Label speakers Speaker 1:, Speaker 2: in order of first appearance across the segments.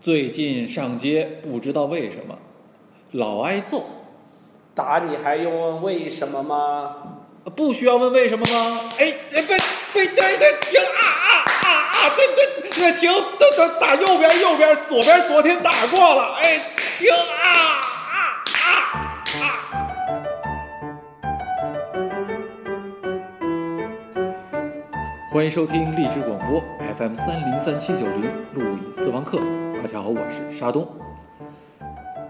Speaker 1: 最近上街不知道为什么老挨揍，
Speaker 2: 打你还用问为什么吗？
Speaker 1: 不需要问为什么吗？哎哎，被被对对停啊啊啊啊！这这这停，这这打右边右边，左边昨天打过了，哎停啊啊啊啊！欢迎收听荔枝广播 FM 三零三七九零路易私房课，大家好，我是沙东。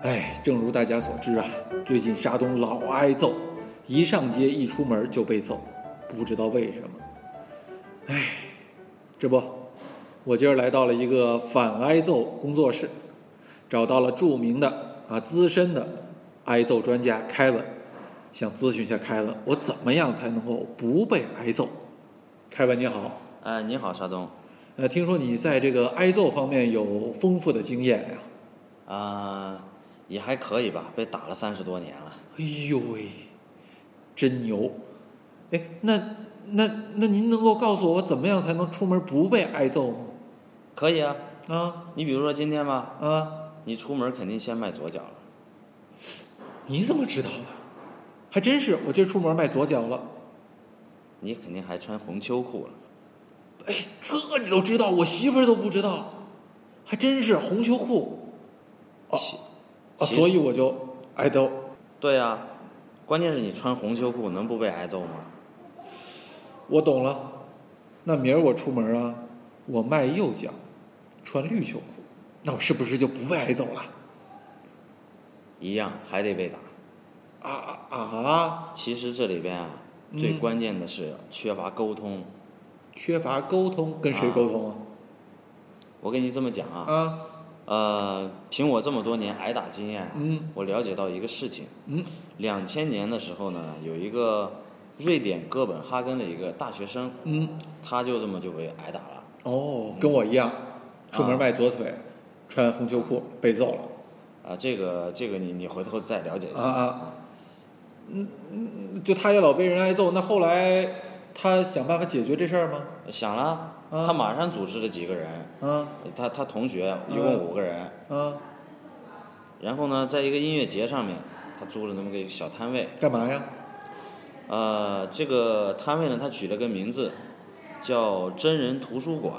Speaker 1: 哎，正如大家所知啊，最近沙东老挨揍，一上街一出门就被揍，不知道为什么。哎，这不，我今儿来到了一个反挨揍工作室，找到了著名的啊资深的挨揍专家凯文，想咨询一下凯文，我怎么样才能够不被挨揍？凯文你好，
Speaker 3: 哎，你好，沙东。
Speaker 1: 呃，听说你在这个挨揍方面有丰富的经验呀、
Speaker 3: 啊、也还可以吧，被打了三十多年了。
Speaker 1: 哎呦喂，真牛！哎，那那那您能够告诉我，我怎么样才能出门不被挨揍吗？
Speaker 3: 可以啊，
Speaker 1: 啊
Speaker 3: 你比如说今天吧，
Speaker 1: 啊，
Speaker 3: 你出门肯定先迈左脚了。
Speaker 1: 你怎么知道的？还真是，我今儿出门迈左脚了。
Speaker 3: 你肯定还穿红秋裤了。
Speaker 1: 哎，这你都知道，我媳妇儿都不知道，还真是红秋裤哦
Speaker 3: 其
Speaker 1: 啊，
Speaker 3: 其
Speaker 1: 所以
Speaker 3: 实
Speaker 1: 我就挨揍。
Speaker 3: 对呀、关键是你穿红秋裤能不被挨揍吗？
Speaker 1: 我懂了，那明儿我出门啊，我迈右脚，穿绿秋裤，那我是不是就不被挨揍了？
Speaker 3: 一样还得被打。
Speaker 1: 啊啊啊！
Speaker 3: 其实这里边啊，
Speaker 1: 嗯
Speaker 3: 最关键的是缺乏沟通。
Speaker 1: 缺乏沟通，跟谁沟通
Speaker 3: 我跟你这么讲
Speaker 1: 啊？
Speaker 3: 啊，
Speaker 1: 啊，
Speaker 3: 呃，凭我这么多年挨打经验啊，
Speaker 1: 嗯
Speaker 3: 我了解到一个事情。
Speaker 1: 嗯
Speaker 3: 两千年的时候呢，有一个瑞典哥本哈根的一个大学生，
Speaker 1: 嗯，
Speaker 3: 他就这么就被挨打了。
Speaker 1: 哦，跟我一
Speaker 3: 啊
Speaker 1: 样，出门迈左腿，穿红秋裤被揍了。
Speaker 3: 啊，这个这个你你回头再了解一下
Speaker 1: 啊啊就他也老被人挨揍，那后来他想办法解决这事儿吗？
Speaker 3: 想了，
Speaker 1: 啊
Speaker 3: 他马上组织了几个人，
Speaker 1: 啊
Speaker 3: 他他同学一共五个人，
Speaker 1: 啊，
Speaker 3: 然后呢，在一个音乐节上面，他租了那么个小摊位，
Speaker 1: 干嘛呀？
Speaker 3: 呃，这个摊位呢，他取了个名字叫真人图书馆，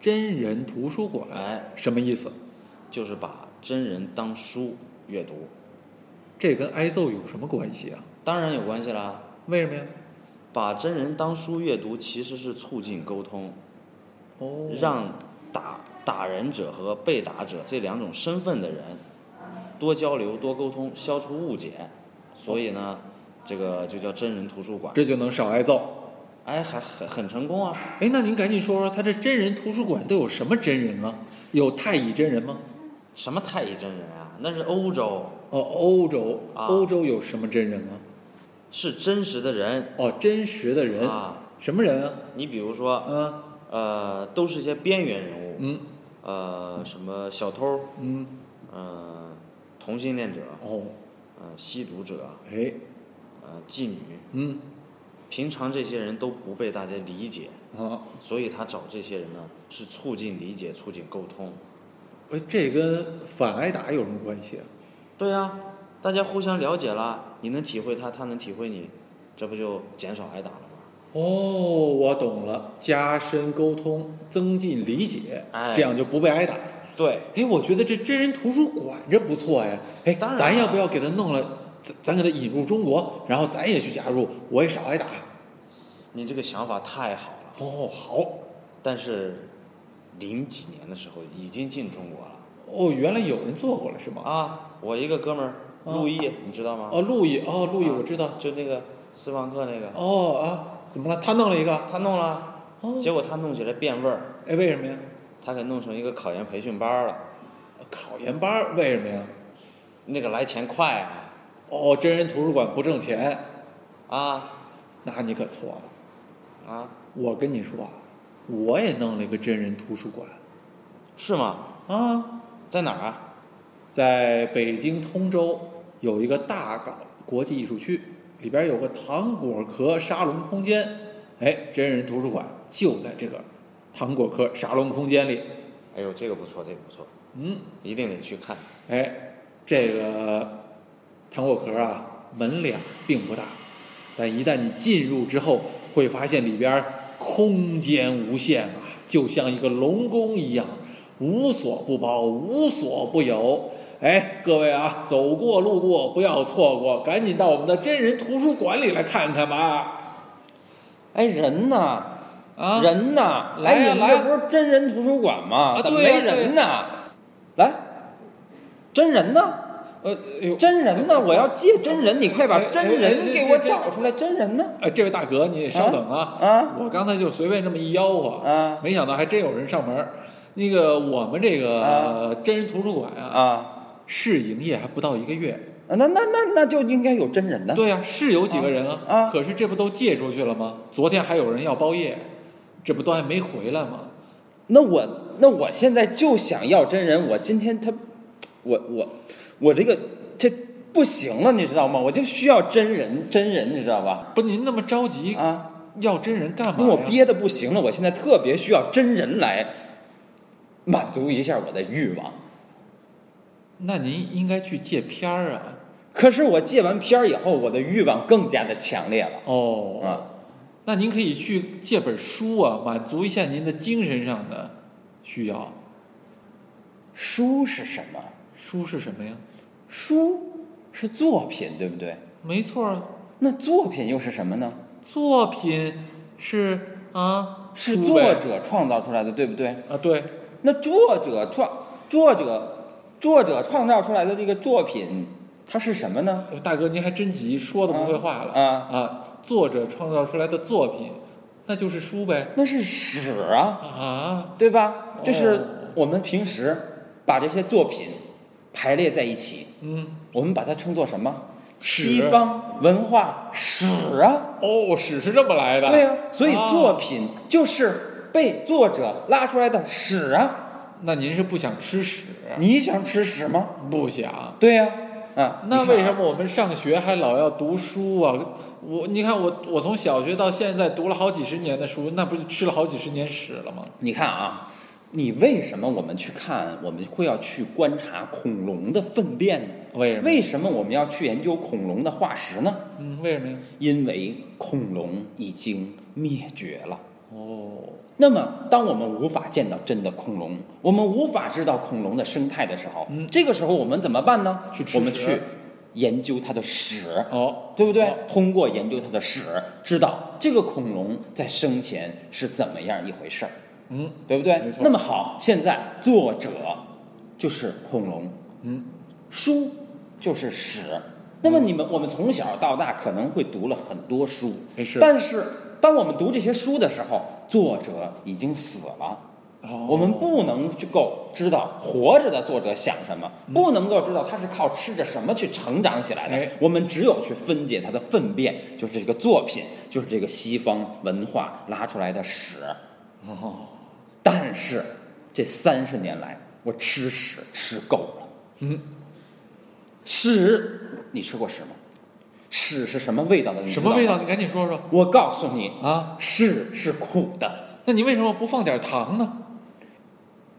Speaker 1: 真人图书馆，
Speaker 3: 哎
Speaker 1: 什么意思？
Speaker 3: 就是把真人当书阅读，
Speaker 1: 这跟挨揍有什么关系啊？
Speaker 3: 当然有关系啦。
Speaker 1: 为什么呀？
Speaker 3: 把真人当书阅读，其实是促进沟通，
Speaker 1: 哦，
Speaker 3: 让打打人者和被打者这两种身份的人多交流、多沟通，消除误解。所以呢，这个就叫真人图书馆。
Speaker 1: 这就能少挨揍。
Speaker 3: 哎，还很很成功啊！
Speaker 1: 哎，那您赶紧说说，他这真人图书馆都有什么真人啊？有太乙真人吗？
Speaker 3: 什么太乙真人啊？那是欧洲，
Speaker 1: 哦，欧洲，
Speaker 3: 啊
Speaker 1: 欧洲有什么真人啊？
Speaker 3: 是真实的人
Speaker 1: 哦，真实的人，
Speaker 3: 啊。
Speaker 1: 什么人啊？
Speaker 3: 你比如说，
Speaker 1: 啊，
Speaker 3: 呃，都是一些边缘人物，
Speaker 1: 嗯
Speaker 3: 呃，什么小偷，
Speaker 1: 嗯，
Speaker 3: 呃，同性恋者，
Speaker 1: 哦，
Speaker 3: 呃，吸毒者，
Speaker 1: 哎，
Speaker 3: 呃，妓女，
Speaker 1: 嗯，
Speaker 3: 平常这些人都不被大家理解，
Speaker 1: 啊，
Speaker 3: 所以他找这些人呢，是促进理解、促进沟通。
Speaker 1: 哎，这跟反挨打有什么关系啊？
Speaker 3: 对呀、大家互相了解啦，你能体会他，他能体会你，这不就减少挨打了吗？
Speaker 1: 哦，我懂了，加深沟通，增进理解，
Speaker 3: 哎
Speaker 1: 这样就不被挨打。
Speaker 3: 对，
Speaker 1: 哎，我觉得这真人图书馆这不错呀。哎，
Speaker 3: 当然啊
Speaker 1: 咱
Speaker 3: 了
Speaker 1: 要不要给他弄了？咱咱给他引入中国，然后咱也去加入，我也少挨打。
Speaker 3: 你这个想法太好了，
Speaker 1: 哦，好。
Speaker 3: 但是零几年的时候已经进中国了
Speaker 1: 哦，原来有人做过了是吗？
Speaker 3: 啊！我一个哥们儿
Speaker 1: 啊
Speaker 3: 陆毅，你知道吗？
Speaker 1: 哦，陆毅，哦，陆毅，我知道。
Speaker 3: 就那个私房课那个，
Speaker 1: 哦啊，怎么了？他弄了一个。
Speaker 3: 他弄了，
Speaker 1: 哦，
Speaker 3: 结果他弄起来变味儿，
Speaker 1: 哎，为什么呀？
Speaker 3: 他给弄成一个考研培训班儿了，
Speaker 1: 考研班儿为什么呀？
Speaker 3: 那个来钱快啊！
Speaker 1: 哦，真人图书馆不挣钱，
Speaker 3: 啊
Speaker 1: 那你可错了。
Speaker 3: 啊，
Speaker 1: 我跟你说啊，我也弄了一个真人图书馆
Speaker 3: 是吗？
Speaker 1: 啊，
Speaker 3: 在哪儿啊？
Speaker 1: 在北京通州有一个大港国际艺术区，里边有个糖果壳沙龙空间，哎，真人图书馆就在这个糖果壳沙龙空间里。
Speaker 3: 哎呦，这个不错，这个不错，
Speaker 1: 嗯，
Speaker 3: 一定得去看。
Speaker 1: 哎，这个糖果壳啊，门脸并不大，但一旦你进入之后，会发现里边儿空间无限啊，就像一个龙宫一样，无所不包，无所不有。哎，各位啊，走过路过不要错过，赶紧到我们的真人图书馆里来看看吧。
Speaker 4: 哎，人呢？
Speaker 1: 啊
Speaker 4: 人呢？
Speaker 1: 来呀
Speaker 4: 哎，你
Speaker 1: 来呀
Speaker 4: 们这不是真人图书馆吗？
Speaker 1: 啊
Speaker 4: 怎么
Speaker 1: 对呀
Speaker 4: 没人呢？来，真人呢？
Speaker 1: 呃，哎呦，
Speaker 4: 真人呢？我要借真人，你快把
Speaker 1: 哎哎
Speaker 4: 真
Speaker 1: 哎
Speaker 4: 人
Speaker 1: 这
Speaker 4: 给我
Speaker 1: 这
Speaker 4: 找出来。真人呢？
Speaker 1: 呃，这位大哥，你稍等啊！
Speaker 4: 啊啊
Speaker 1: 我刚才就随便这么一吆喝，
Speaker 4: 啊
Speaker 1: 没想到还真有人上门儿。那个我们这个、
Speaker 4: 啊
Speaker 1: 真人图书馆啊，
Speaker 4: 啊，
Speaker 1: 试营业还不到一个月。
Speaker 4: 那那那那就应该有真人呢。
Speaker 1: 对呀、是有几个人啊，
Speaker 4: 啊啊啊
Speaker 1: 可是这不都借出去了吗？昨天还有人要包夜，这不都还没回来吗？
Speaker 4: 那我那我现在就想要真人，我今天他，我我我这个这不行了，你知道吗？我就需要真人真人，你知道吧？
Speaker 1: 不，您那么着急
Speaker 4: 啊，
Speaker 1: 要真人干嘛
Speaker 4: 因为
Speaker 1: 呀？
Speaker 4: 我憋的不行了，我现在特别需要真人来满足一下我的欲望。
Speaker 1: 那您应该去借片儿啊。
Speaker 4: 可是我借完片儿以后，我的欲望更加的强烈了
Speaker 1: 哦，
Speaker 4: 啊！
Speaker 1: 那您可以去借本书啊，满足一下您的精神上的需要。
Speaker 4: 书是什么？
Speaker 1: 书是什么呀？
Speaker 4: 书是作品，对不对？
Speaker 1: 没错儿，
Speaker 4: 那作品又是什么呢？
Speaker 1: 作品是啊，
Speaker 4: 是
Speaker 1: 书
Speaker 4: 作
Speaker 1: 呗
Speaker 4: 者创造出来的，对不对？
Speaker 1: 啊，对，
Speaker 4: 那作者创作者作者创造出来的这个作品，它是什么呢？
Speaker 1: 呃大哥您还真急，说的不会话了
Speaker 4: 啊
Speaker 1: 作者创造出来的作品，那就是书呗
Speaker 4: 那是史啊，
Speaker 1: 啊，
Speaker 4: 对吧
Speaker 1: 哦？
Speaker 4: 就是我们平时把这些作品排列在一起，
Speaker 1: 嗯，
Speaker 4: 我们把它称作什么？
Speaker 1: 史
Speaker 4: 西方文化史啊，
Speaker 1: 哦，史是这么来的，
Speaker 4: 对呀、所以作
Speaker 1: 啊
Speaker 4: 品就是被作者拉出来的屎啊。
Speaker 1: 那您是不想吃屎？
Speaker 4: 你想吃屎吗？
Speaker 1: 不想。
Speaker 4: 对呀、啊，
Speaker 1: 那
Speaker 4: 你看啊
Speaker 1: 为什么我们上学还老要读书啊？我你看我我从小学到现在读了好几十年的书，那不就吃了好几十年屎了吗？
Speaker 4: 你看啊，你为什么我们去看，我们会要去观察恐龙的粪便呢？
Speaker 1: 为什么
Speaker 4: 为什么我们要去研究恐龙的化石呢？
Speaker 1: 嗯，为什么呀？
Speaker 4: 因为恐龙已经灭绝了。
Speaker 1: 哦，
Speaker 4: 那么，当我们无法见到真的恐龙，我们无法知道恐龙的生态的时候，这个时候我们怎么办呢？
Speaker 1: 嗯去吃屎
Speaker 4: 我们去研究它的屎。
Speaker 1: 哦，
Speaker 4: 对不对
Speaker 1: 哦？
Speaker 4: 通过研究它的屎，知道这个恐龙在生前是怎么样一回事儿，
Speaker 1: 嗯，
Speaker 4: 对不对
Speaker 1: 没错？
Speaker 4: 那么好，现在作者就是恐龙，
Speaker 1: 嗯，
Speaker 4: 书就是屎。那么你们，我们从小到大可能会读了很多书
Speaker 1: 没事，
Speaker 4: 但是当我们读这些书的时候，作者已经死了。
Speaker 1: 哦
Speaker 4: 我们不能去够知道活着的作者想什么，不能够知道他是靠吃着什么去成长起来的。
Speaker 1: 嗯哎
Speaker 4: 我们只有去分解他的粪便，就是这个作品，就是这个西方文化拉出来的屎。
Speaker 1: 哦，
Speaker 4: 但是这三十年来，我吃屎吃够了。
Speaker 1: 嗯，
Speaker 4: 屎，你吃过屎吗？屎是什么味道的？你知
Speaker 1: 什
Speaker 4: 道吗
Speaker 1: 么味道？？你赶紧说说
Speaker 4: 我告诉你，
Speaker 1: 啊！
Speaker 4: 屎是苦的。
Speaker 1: 那你为什么不放点糖呢？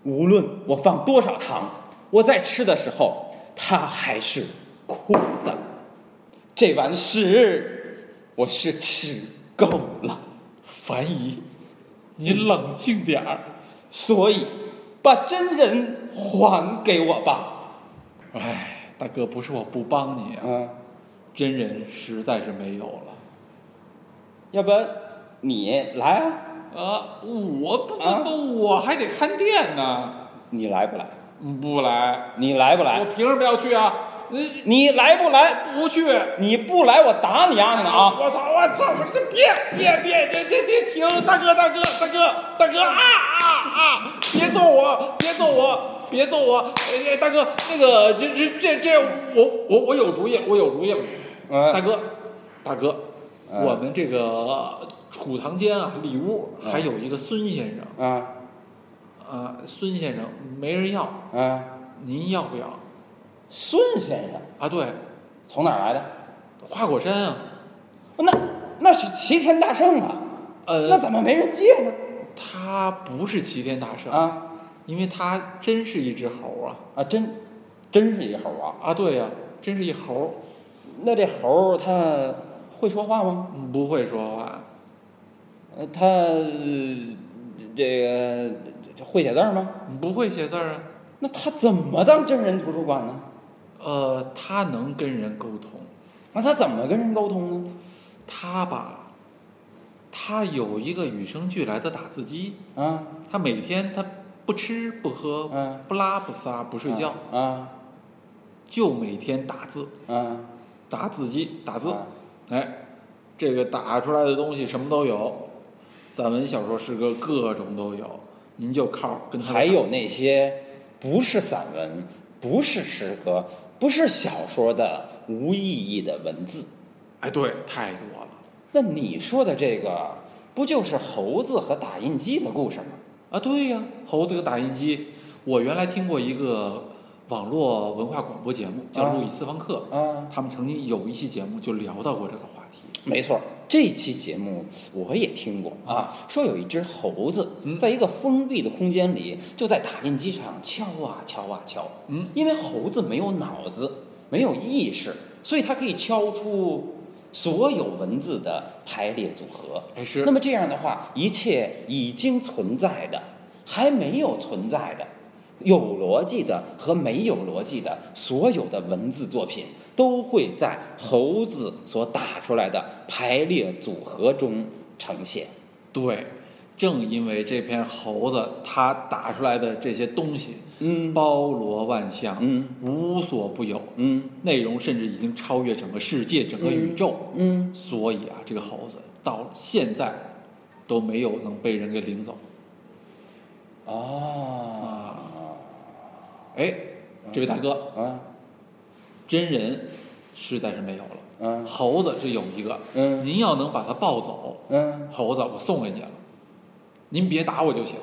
Speaker 4: 无论我放多少糖，我在吃的时候，它还是苦的。这碗屎，我是吃够了，
Speaker 1: 樊姨，你冷静点儿。
Speaker 4: 所以把真人还给我吧。
Speaker 1: 哎，大哥，不是我不帮你啊，
Speaker 4: 嗯，
Speaker 1: 真人实在是没有了
Speaker 4: 要不然你来啊？
Speaker 1: 啊！我不不不，
Speaker 4: 啊
Speaker 1: 我还得看店呢。
Speaker 4: 你来不来？
Speaker 1: 嗯不来，
Speaker 4: 你来不
Speaker 1: 我
Speaker 4: 来？
Speaker 1: 凭什么要去啊？嗯，
Speaker 4: 你来不来？
Speaker 1: 不去。
Speaker 4: 你不来，我打你丫的呢啊！
Speaker 1: 我操！我操！我这别别别别别别停！大哥大哥大哥大哥啊啊啊！别揍我！别揍我！别揍我！哎哎，大哥，那个这这这这，我我我有主意，我有主意。
Speaker 4: 嗯
Speaker 1: 大哥，大哥，
Speaker 4: 嗯
Speaker 1: 我们这个储藏间啊，里屋还有一个孙先生
Speaker 4: 啊
Speaker 1: 啊，孙先生没人要，
Speaker 4: 啊！
Speaker 1: 您要不要？
Speaker 4: 孙先生
Speaker 1: 啊，对，
Speaker 4: 从哪儿来的？
Speaker 1: 花果山啊，
Speaker 4: 那那是齐天大圣啊，
Speaker 1: 呃
Speaker 4: 那怎么没人借呢？
Speaker 1: 他不是齐天大圣
Speaker 4: 啊，
Speaker 1: 因为它真是一只猴啊！
Speaker 4: 啊，真真是一猴啊！
Speaker 1: 啊，对呀、真是一猴，
Speaker 4: 那这猴儿它会说话吗？
Speaker 1: 嗯不会说话，
Speaker 4: 呃它呃这个这会写字儿吗？
Speaker 1: 不会写字儿啊。
Speaker 4: 那它怎么到真人图书馆呢？
Speaker 1: 呃，它能跟人沟通，
Speaker 4: 那它怎么跟人沟通呢？
Speaker 1: 它吧，它有一个与生俱来的打字机，
Speaker 4: 啊，
Speaker 1: 它每天它不吃不喝，
Speaker 4: 嗯
Speaker 1: 不拉不撒不睡觉，
Speaker 4: 啊
Speaker 1: 就每天打字，
Speaker 4: 啊
Speaker 1: 打字机打字，
Speaker 4: 啊
Speaker 1: 哎，这个打出来的东西什么都有，散文、小说、诗歌各种都有，您就靠跟它
Speaker 4: 还有那些不是散文、不是诗歌、不是小说的无意义的文字。
Speaker 1: 哎，对，太多了
Speaker 4: 那你说的这个，不就是猴子和打印机的故事吗？
Speaker 1: 啊！对呀，猴子和打印机，我原来听过一个网络文化广播节目叫
Speaker 4: 啊
Speaker 1: 《路易斯方克》，
Speaker 4: 啊，
Speaker 1: 他们曾经有一期节目就聊到过这个话题。
Speaker 4: 没错，这期节目我也听过啊，说有一只猴子
Speaker 1: 嗯
Speaker 4: 在一个封闭的空间里，就在打印机上敲啊敲啊敲。
Speaker 1: 嗯，
Speaker 4: 因为猴子没有脑子，没有意识，所以它可以敲出所有文字的排列组合。
Speaker 1: 哎是
Speaker 4: 那么这样的话，一切已经存在的，还没有存在的。有逻辑的和没有逻辑的，所有的文字作品都会在猴子所打出来的排列组合中呈现。
Speaker 1: 对，正因为这篇猴子它打出来的这些东西，
Speaker 4: 嗯
Speaker 1: 包罗万象，
Speaker 4: 嗯，
Speaker 1: 无所不有，
Speaker 4: 嗯
Speaker 1: 内容甚至已经超越整个世界、整个宇宙。
Speaker 4: 嗯，
Speaker 1: 所以啊，这个猴子到现在都没有能被人给领走
Speaker 4: 啊
Speaker 1: 啊。哎，这位大哥，
Speaker 4: 啊
Speaker 1: 真人实在是没有了。
Speaker 4: 嗯
Speaker 1: 猴子这有一个，
Speaker 4: 嗯
Speaker 1: 您要能把它抱走，
Speaker 4: 嗯，
Speaker 1: 猴子我送给您了，您别打我就行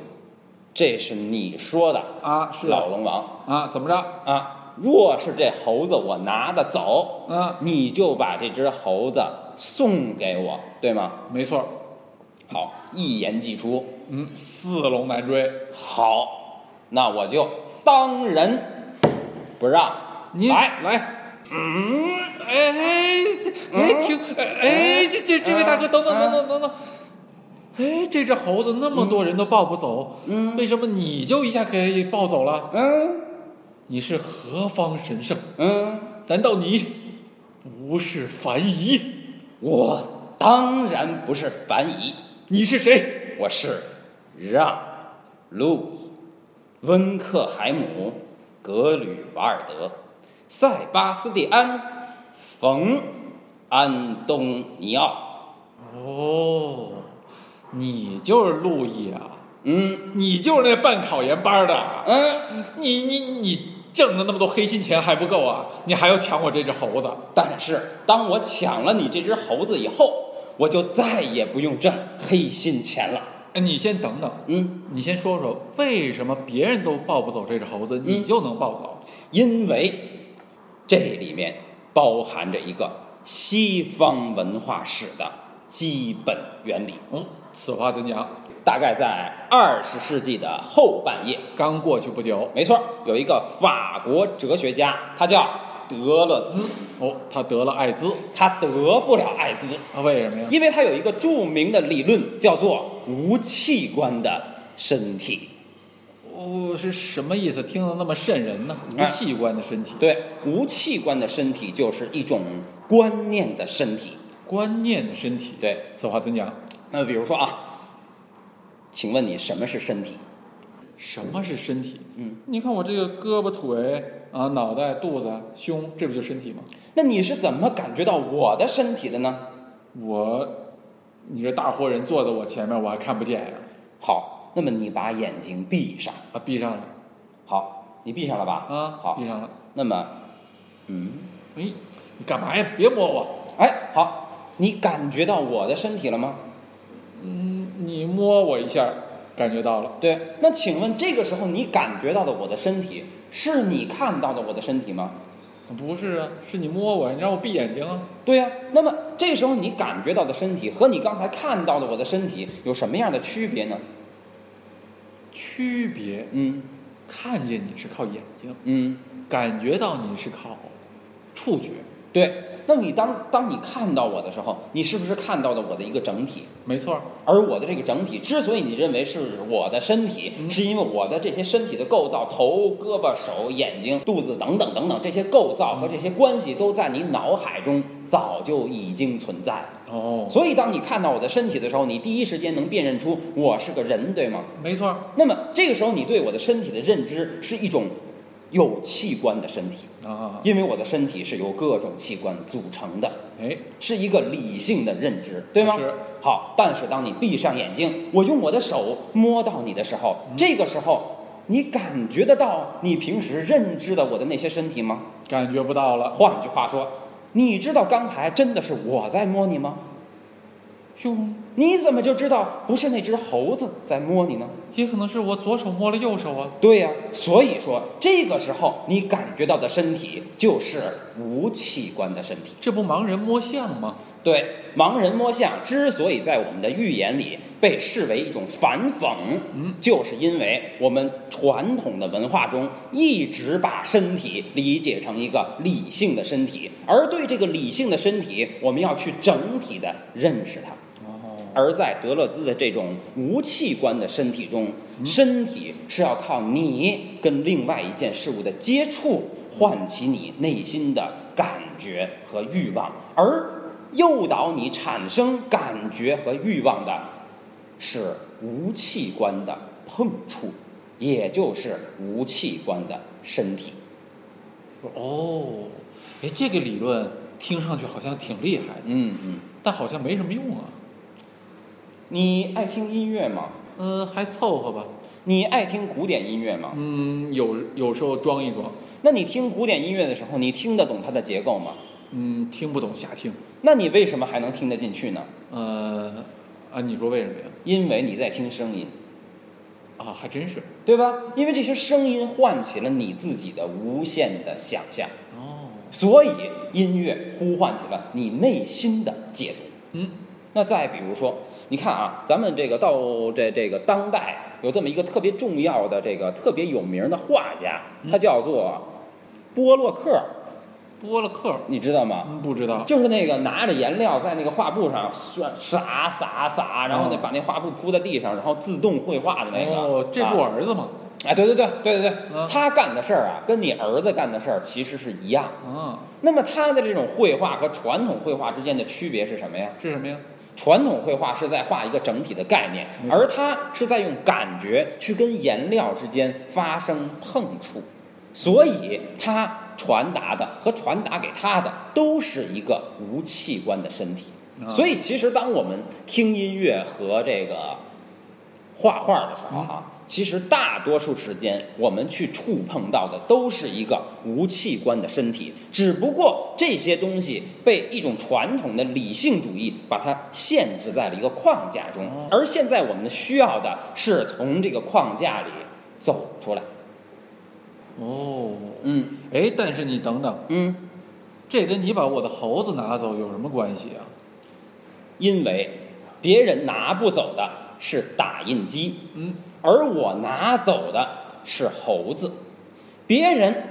Speaker 4: 这是你说的，
Speaker 1: 啊。是
Speaker 4: 老龙王
Speaker 1: 啊，怎么着？
Speaker 4: 啊。若是这猴子我拿得走，
Speaker 1: 嗯
Speaker 4: 你就把这只猴子送给我，对吗？
Speaker 1: 没错儿，
Speaker 4: 好，一言既出，
Speaker 1: 嗯，四龙难追。
Speaker 4: 好，那我就当仁不让。
Speaker 1: 您
Speaker 4: 来，嗯
Speaker 1: 来，嗯，哎哎，停，哎哎，这这这位大哥，等等等等等等，哎，这只猴子那么多人都抱不走，嗯，为什么你就一下可以抱走了？
Speaker 4: 嗯
Speaker 1: 你是何方神圣？
Speaker 4: 嗯，
Speaker 1: 难道你不是樊姨？
Speaker 4: 我当然不是樊姨，
Speaker 1: 你是谁？
Speaker 4: 我是让路易、温克海姆、格吕瓦尔德、塞巴斯蒂安、冯安东尼奥。
Speaker 1: 哦，你就是路易啊，
Speaker 4: 嗯
Speaker 1: 你就是那办考研班的啊。
Speaker 4: 嗯，
Speaker 1: 你你你挣的那么多黑心钱还不够啊？你还要抢我这只猴子？
Speaker 4: 但是当我抢了你这只猴子以后，我就再也不用挣黑心钱了。
Speaker 1: 哎，你先等等，
Speaker 4: 嗯，
Speaker 1: 你先说说为什么别人都抱不走这只猴子，你就能抱走？
Speaker 4: 因为这里面包含着一个西方文化史的基本原理。
Speaker 1: 嗯，此话怎讲？
Speaker 4: 大概在二十世纪的后半叶，
Speaker 1: 刚过去不久，
Speaker 4: 没错，有一个法国哲学家，他叫德勒兹，
Speaker 1: 哦，他得了艾滋，
Speaker 4: 他得不了艾滋，
Speaker 1: 啊，为什么呀？
Speaker 4: 因为他有一个著名的理论，叫做无器官的身体。
Speaker 1: 哦，是什么意思？听得那么瘆人呢？无
Speaker 4: 哎
Speaker 1: 器官的身体，
Speaker 4: 对，无器官的身体就是一种观念的身体。
Speaker 1: 观念的身体。
Speaker 4: 对，
Speaker 1: 此话怎讲？
Speaker 4: 那比如说啊，请问你什么是身体？
Speaker 1: 什么是身体？嗯，你看我这个胳膊、腿啊、脑袋、肚子、胸，这不就是身体吗？
Speaker 4: 那你是怎么感觉到我的身体的呢？
Speaker 1: 我，你这大活人坐在我前面，我还看不见呀、
Speaker 4: 好，那么你把眼睛闭上。
Speaker 1: 啊！闭上了
Speaker 4: 好，你闭上了吧？
Speaker 1: 啊，
Speaker 4: 好
Speaker 1: 闭。上了。
Speaker 4: 那么，嗯，
Speaker 1: 哎，你干嘛呀？别摸我！
Speaker 4: 哎，好，你感觉到我的身体了吗？
Speaker 1: 嗯，你摸我一下，感觉到了。
Speaker 4: 对，那请问这个时候你感觉到的我的身体，是你看到的我的身体吗？
Speaker 1: 不是啊，是你摸我呀，你让我闭眼睛啊。
Speaker 4: 对呀、那么这时候你感觉到的身体和你刚才看到的我的身体有什么样的区别呢？
Speaker 1: 区别，
Speaker 4: 嗯
Speaker 1: 看见你是靠眼睛，
Speaker 4: 嗯，
Speaker 1: 感觉到你是靠触觉，
Speaker 4: 对。那么你当当你看到我的时候，你是不是看到的我的一个整体？
Speaker 1: 没错儿，
Speaker 4: 而我的这个整体之所以你认为是我的身体，是因为我的这些身体的构造，头、胳膊、手、眼睛、肚子等等等等，这些构造和这些关系都在你脑海中早就已经存在了。
Speaker 1: 哦，
Speaker 4: 所以，当你看到我的身体的时候，你第一时间能辨认出我是个人，对吗？
Speaker 1: 没错儿
Speaker 4: 那么，这个时候你对我的身体的认知是一种有器官的身体，
Speaker 1: 啊，
Speaker 4: 因为我的身体是由各种器官组成的。
Speaker 1: 哎，
Speaker 4: 是一个理性的认知，对吗？
Speaker 1: 是。
Speaker 4: 好，但是当你闭上眼睛，我用我的手摸到你的时候，这个时候你感觉得到你平时认知的我的那些身体吗？
Speaker 1: 感觉不到了，
Speaker 4: 换句话说，你知道刚才真的是我在摸你吗？
Speaker 1: 哟，
Speaker 4: 你怎么就知道不是那只猴子在摸你呢？
Speaker 1: 也可能是我左手摸了右手啊，
Speaker 4: 对呀、所以说这个时候你感觉到的身体就是无器官的身体。
Speaker 1: 这不盲人摸象吗？
Speaker 4: 对，盲人摸象之所以在我们的寓言里被视为一种反讽，嗯，就是因为我们传统的文化中一直把身体理解成一个理性的身体，而对这个理性的身体，我们要去整体的认识它。
Speaker 1: 哦，
Speaker 4: 而在德勒兹的这种无器官的身体中，身体是要靠你跟另外一件事物的接触，唤起你内心的感觉和欲望，而诱导你产生感觉和欲望的是无器官的碰触，也就是无器官的身体。
Speaker 1: 哦，哎，这个理论听上去好像挺厉害的，
Speaker 4: 嗯嗯，
Speaker 1: 但好像没什么用啊，
Speaker 4: 你爱听音乐吗？
Speaker 1: 嗯，还凑合吧，
Speaker 4: 你爱听古典音乐吗？
Speaker 1: 嗯，有有时候装一装，
Speaker 4: 那你听古典音乐的时候，你听得懂它的结构吗？
Speaker 1: 嗯，听不懂瞎听，
Speaker 4: 那你为什么还能听得进去呢？
Speaker 1: 呃，啊，你说为什么呀？
Speaker 4: 因为你在听声音，
Speaker 1: 啊，还真是，
Speaker 4: 对吧？因为这些声音唤起了你自己的无限的想象，
Speaker 1: 哦，
Speaker 4: 所以音乐呼唤起了你内心的解读。
Speaker 1: 嗯，
Speaker 4: 那再比如说，你看啊，咱们这个到这这个当代有这么一个特别重要的这个特别有名的画家，他叫做波洛克，
Speaker 1: 播了课，
Speaker 4: 你知道吗？
Speaker 1: 嗯，不知道，
Speaker 4: 就是那个拿着颜料在那个画布上刷撒撒撒，然后呢
Speaker 1: 嗯
Speaker 4: 把那画布铺在地上，然后自动绘画的那个。
Speaker 1: 哦，这不我
Speaker 4: 啊
Speaker 1: 儿子吗？
Speaker 4: 哎，对对对对对对，
Speaker 1: 嗯
Speaker 4: 他干的事儿啊，跟你儿子干的事儿其实是一样。
Speaker 1: 啊，
Speaker 4: 那么他的这种绘画和传统绘画之间的区别是什么呀？
Speaker 1: 是什么呀？
Speaker 4: 传统绘画是在画一个整体的概念，
Speaker 1: 没错
Speaker 4: 而他是在用感觉去跟颜料之间发生碰触，所以他传达的和传达给他的都是一个无器官的身体。
Speaker 1: 啊
Speaker 4: 所以其实当我们听音乐和这个画画的时候啊，其实大多数时间我们去触碰到的都是一个无器官的身体，只不过这些东西被一种传统的理性主义把它限制在了一个框架中
Speaker 1: 哦，
Speaker 4: 而现在我们需要的是从这个框架里走出来。
Speaker 1: 哦，
Speaker 4: 嗯
Speaker 1: 哎，但是你等等，
Speaker 4: 嗯，
Speaker 1: 这跟你把我的猴子拿走有什么关系啊？
Speaker 4: 因为别人拿不走的是打印机，
Speaker 1: 嗯，
Speaker 4: 而我拿走的是猴子。别人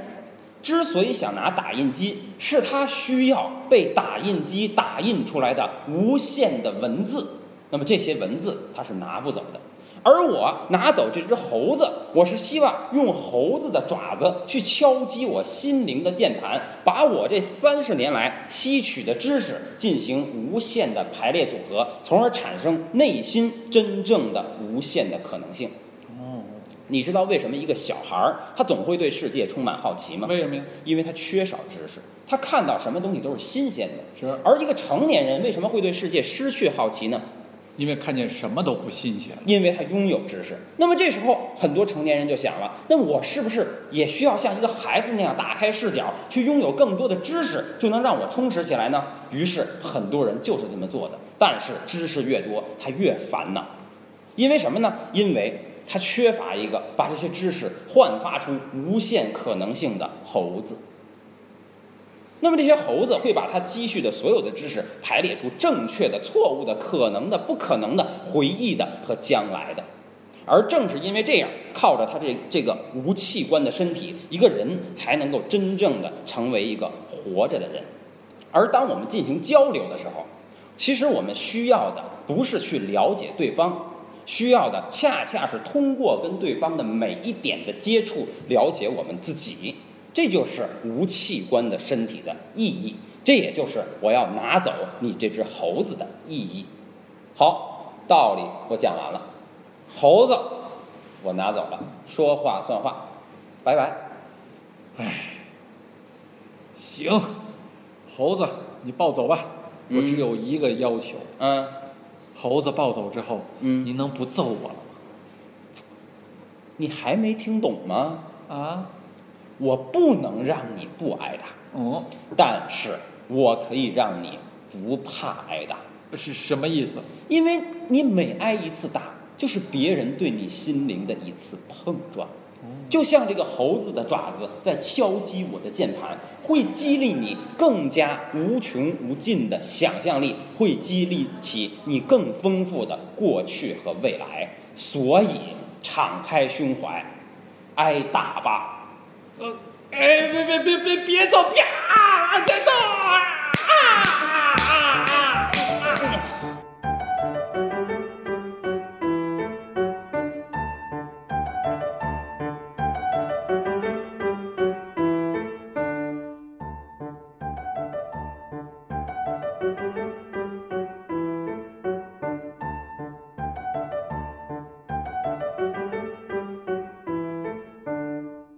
Speaker 4: 之所以想拿打印机，是他需要被打印机打印出来的无限的文字。那么这些文字他是拿不走的，而我拿走这只猴子，我是希望用猴子的爪子去敲击我心灵的键盘，把我这三十年来吸取的知识进行无限的排列组合，从而产生内心真正的无限的可能性。
Speaker 1: 哦，
Speaker 4: 你知道为什么一个小孩儿他总会对世界充满好奇吗？
Speaker 1: 为什么呀？
Speaker 4: 因为他缺少知识，他看到什么东西都是新鲜的。
Speaker 1: 是
Speaker 4: 而一个成年人为什么会对世界失去好奇呢？
Speaker 1: 因为看见什么都不新鲜了。
Speaker 4: 因为他拥有知识。那么这时候，很多成年人就想了：那我是不是也需要像一个孩子那样打开视角，去拥有更多的知识，就能让我充实起来呢？于是，很多人就是这么做的。但是，知识越多，他越烦恼，因为什么呢？因为他缺乏一个把这些知识焕发出无限可能性的猴子。那么这些猴子会把它积蓄的所有的知识排列出正确的、错误的、可能的、不可能的、回忆的和将来的。而正是因为这样，靠着他这这个无器官的身体，一个人才能够真正的成为一个活着的人。而当我们进行交流的时候，其实我们需要的不是去了解对方，需要的恰恰是通过跟对方的每一点的接触，了解我们自己。这就是无器官的身体的意义，这也就是我要拿走你这只猴子的意义。好，道理我讲完了，猴子我拿走了，说话算话，拜拜。
Speaker 1: 行，猴子你抱走吧，我只有一个要求，
Speaker 4: 嗯，
Speaker 1: 猴子抱走之后，
Speaker 4: 嗯
Speaker 1: 您能不揍我了吗？
Speaker 4: 你还没听懂吗？
Speaker 1: 啊，
Speaker 4: 我不能让你不挨打，
Speaker 1: 哦，
Speaker 4: 但是我可以让你不怕挨打。
Speaker 1: 是什么意思？
Speaker 4: 因为你每挨一次打，就是别人对你心灵的一次碰撞。就像这个猴子的爪子在敲击我的键盘，会激励你更加无穷无尽的想象力，会激励起你更丰富的过去和未来。所以，敞开胸怀，挨打吧！呃，哎，别别别别别走！啪！别走啊！
Speaker 1: 《